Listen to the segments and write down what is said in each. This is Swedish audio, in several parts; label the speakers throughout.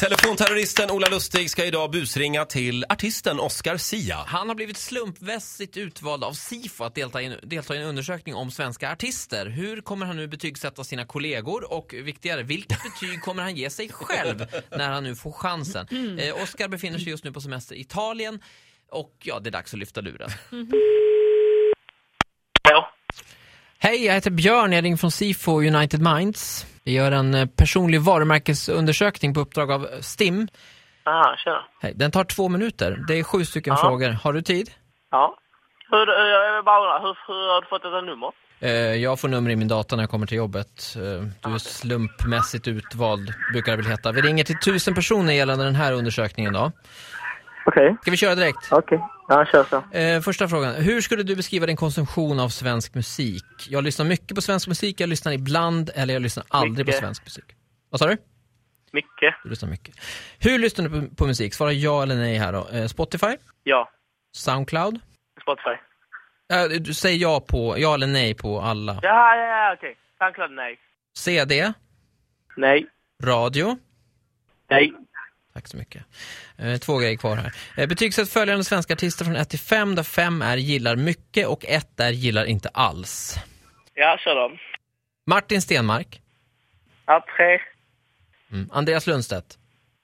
Speaker 1: Telefonterroristen Ola Lustig ska idag busringa till artisten Oscar Sia.
Speaker 2: Han har blivit slumpmässigt utvald av Sifo att delta i, en, delta i en undersökning om svenska artister. Hur kommer han nu betygsätta sina kollegor? Och viktigare, vilket betyg kommer han ge sig själv när han nu får chansen? Eh, Oscar befinner sig just nu på semester i Italien och ja, det är dags att lyfta luren.
Speaker 3: Ja.
Speaker 2: Hej, jag heter Björn. Jag ringer från Sifo United Minds. Vi gör en eh, personlig varumärkesundersökning på uppdrag av STIM.
Speaker 3: Aha, tjena.
Speaker 2: Hej, Den tar två minuter. Det är sju stycken
Speaker 3: Ja.
Speaker 2: frågor. Har du tid?
Speaker 3: Ja. Hur, eh, jag vill bara undra, hur, hur har du fått detta nummer?
Speaker 2: Eh, Jag får nummer i min data när jag kommer till jobbet. Eh, Du är slumpmässigt utvald, brukar det väl heta. Vi ringer till tusen personer gällande den här undersökningen då.
Speaker 3: Okej.
Speaker 2: Ska vi köra direkt?
Speaker 3: Okej. Ja, kör så.
Speaker 2: Eh, Första frågan. Hur skulle du beskriva din konsumtion av svensk musik? Jag lyssnar mycket på svensk musik, jag lyssnar ibland eller jag lyssnar aldrig på
Speaker 3: Mycket.
Speaker 2: svensk musik. Vad sa du?
Speaker 3: Mycket.
Speaker 2: Du lyssnar mycket. Hur lyssnar du på, på musik? Svara ja eller nej här då. Eh, Spotify?
Speaker 3: Ja.
Speaker 2: Soundcloud?
Speaker 3: Spotify.
Speaker 2: Eh, Du säger ja, på, ja eller nej på alla.
Speaker 3: Ja, ja, ja, okej. Soundcloud, nej.
Speaker 2: CD?
Speaker 3: Nej.
Speaker 2: Radio?
Speaker 3: Nej.
Speaker 2: Tack så mycket. Eh, Två grejer kvar här. Eh, Betygsätt följande svenska artister från 1 till 5 där 5 är gillar mycket och 1 är gillar inte alls.
Speaker 3: Ja, kör då.
Speaker 2: Martin Stenmark,
Speaker 3: Ja, tre.
Speaker 2: mm. Andreas Lundstedt,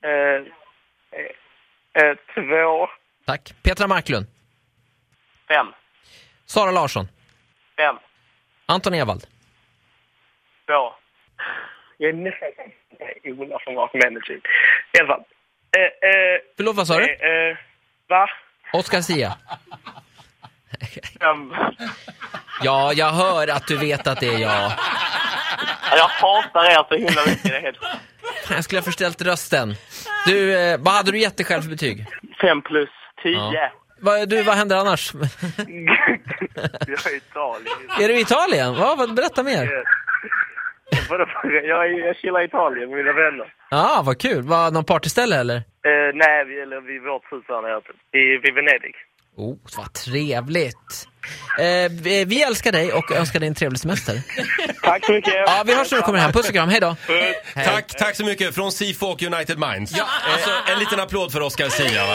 Speaker 3: Eh, eh, eh, två.
Speaker 2: tack. Petra Marklund,
Speaker 3: Fem.
Speaker 2: Sara Larsson,
Speaker 3: Fem.
Speaker 2: Anton Ewald.
Speaker 3: Två. Jag är nästan... Nej, Ola från Vaken Energy. Elva. Eh, eh,
Speaker 2: Förlåt, vad sa du?
Speaker 3: eh, eh, va?
Speaker 2: Oscar Sia.
Speaker 3: Fem.
Speaker 2: Ja, jag hör att du vet att det är jag.
Speaker 3: Ja, Jag hatar er så himla mycket. Det är helt...
Speaker 2: Jag skulle ha förställt rösten. Du, eh, vad hade du gett dig själv för betyg?
Speaker 3: Fem plus tio.
Speaker 2: Ja. Vad- Du, vad händer annars?
Speaker 3: jag är i Italien.
Speaker 2: Är du i Italien? Va, vad- berätta mer.
Speaker 3: Vadå, jag, är- jag chillar i Italien med mina vänner.
Speaker 2: Ja, vad kul. Var någon partyställe eller?
Speaker 3: Eh, nej, vi, eller vid vårt hus här nere. typ. I, vid Venedig.
Speaker 2: Oh, vad trevligt. Eh, vi vi älskar dig och önskar dig en trevlig semester.
Speaker 3: Tack så mycket.
Speaker 2: Ja, vi hörs när du kommer hem. Puss och kram, hej då. Hej.
Speaker 1: Tack, tack så mycket från Sifo och United Minds. Eh, en liten applåd för Oscar Sia va?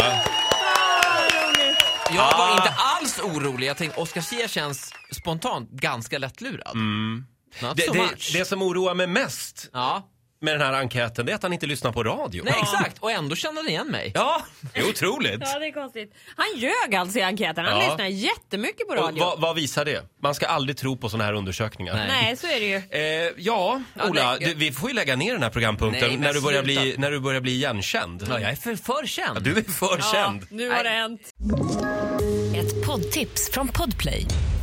Speaker 2: Jag var inte alls orolig. Jag tänkte, Oscar Sia känns spontant ganska lättlurad. Not
Speaker 1: Det,
Speaker 2: so
Speaker 1: det,
Speaker 2: much.
Speaker 1: det som oroar mig mest
Speaker 2: Ja,
Speaker 1: med den här enkäten det är att han inte lyssnar på radio.
Speaker 2: nej exakt. Och ändå kände han igen mig.
Speaker 1: Ja, det är otroligt.
Speaker 4: Ja, det är konstigt. Han ljög alltså i enkäten. Han
Speaker 1: Ja.
Speaker 4: lyssnar jättemycket på
Speaker 1: Och
Speaker 4: radio.
Speaker 1: vad, vad visar det? Man ska aldrig tro på sådana här undersökningar.
Speaker 2: Nej.
Speaker 4: Nej, så är det ju.
Speaker 1: Eh, ja,
Speaker 2: Ja,
Speaker 1: Ola,
Speaker 2: nej.
Speaker 1: du, vi får ju lägga ner den här programpunkten
Speaker 2: Nej, men
Speaker 1: när, du börjar bli,
Speaker 2: sluta.
Speaker 1: när du börjar bli igenkänd.
Speaker 2: Ja, jag är för, för känd.
Speaker 1: Du är för känd.
Speaker 4: nu har det hänt.
Speaker 5: Ett poddtips från Podplay.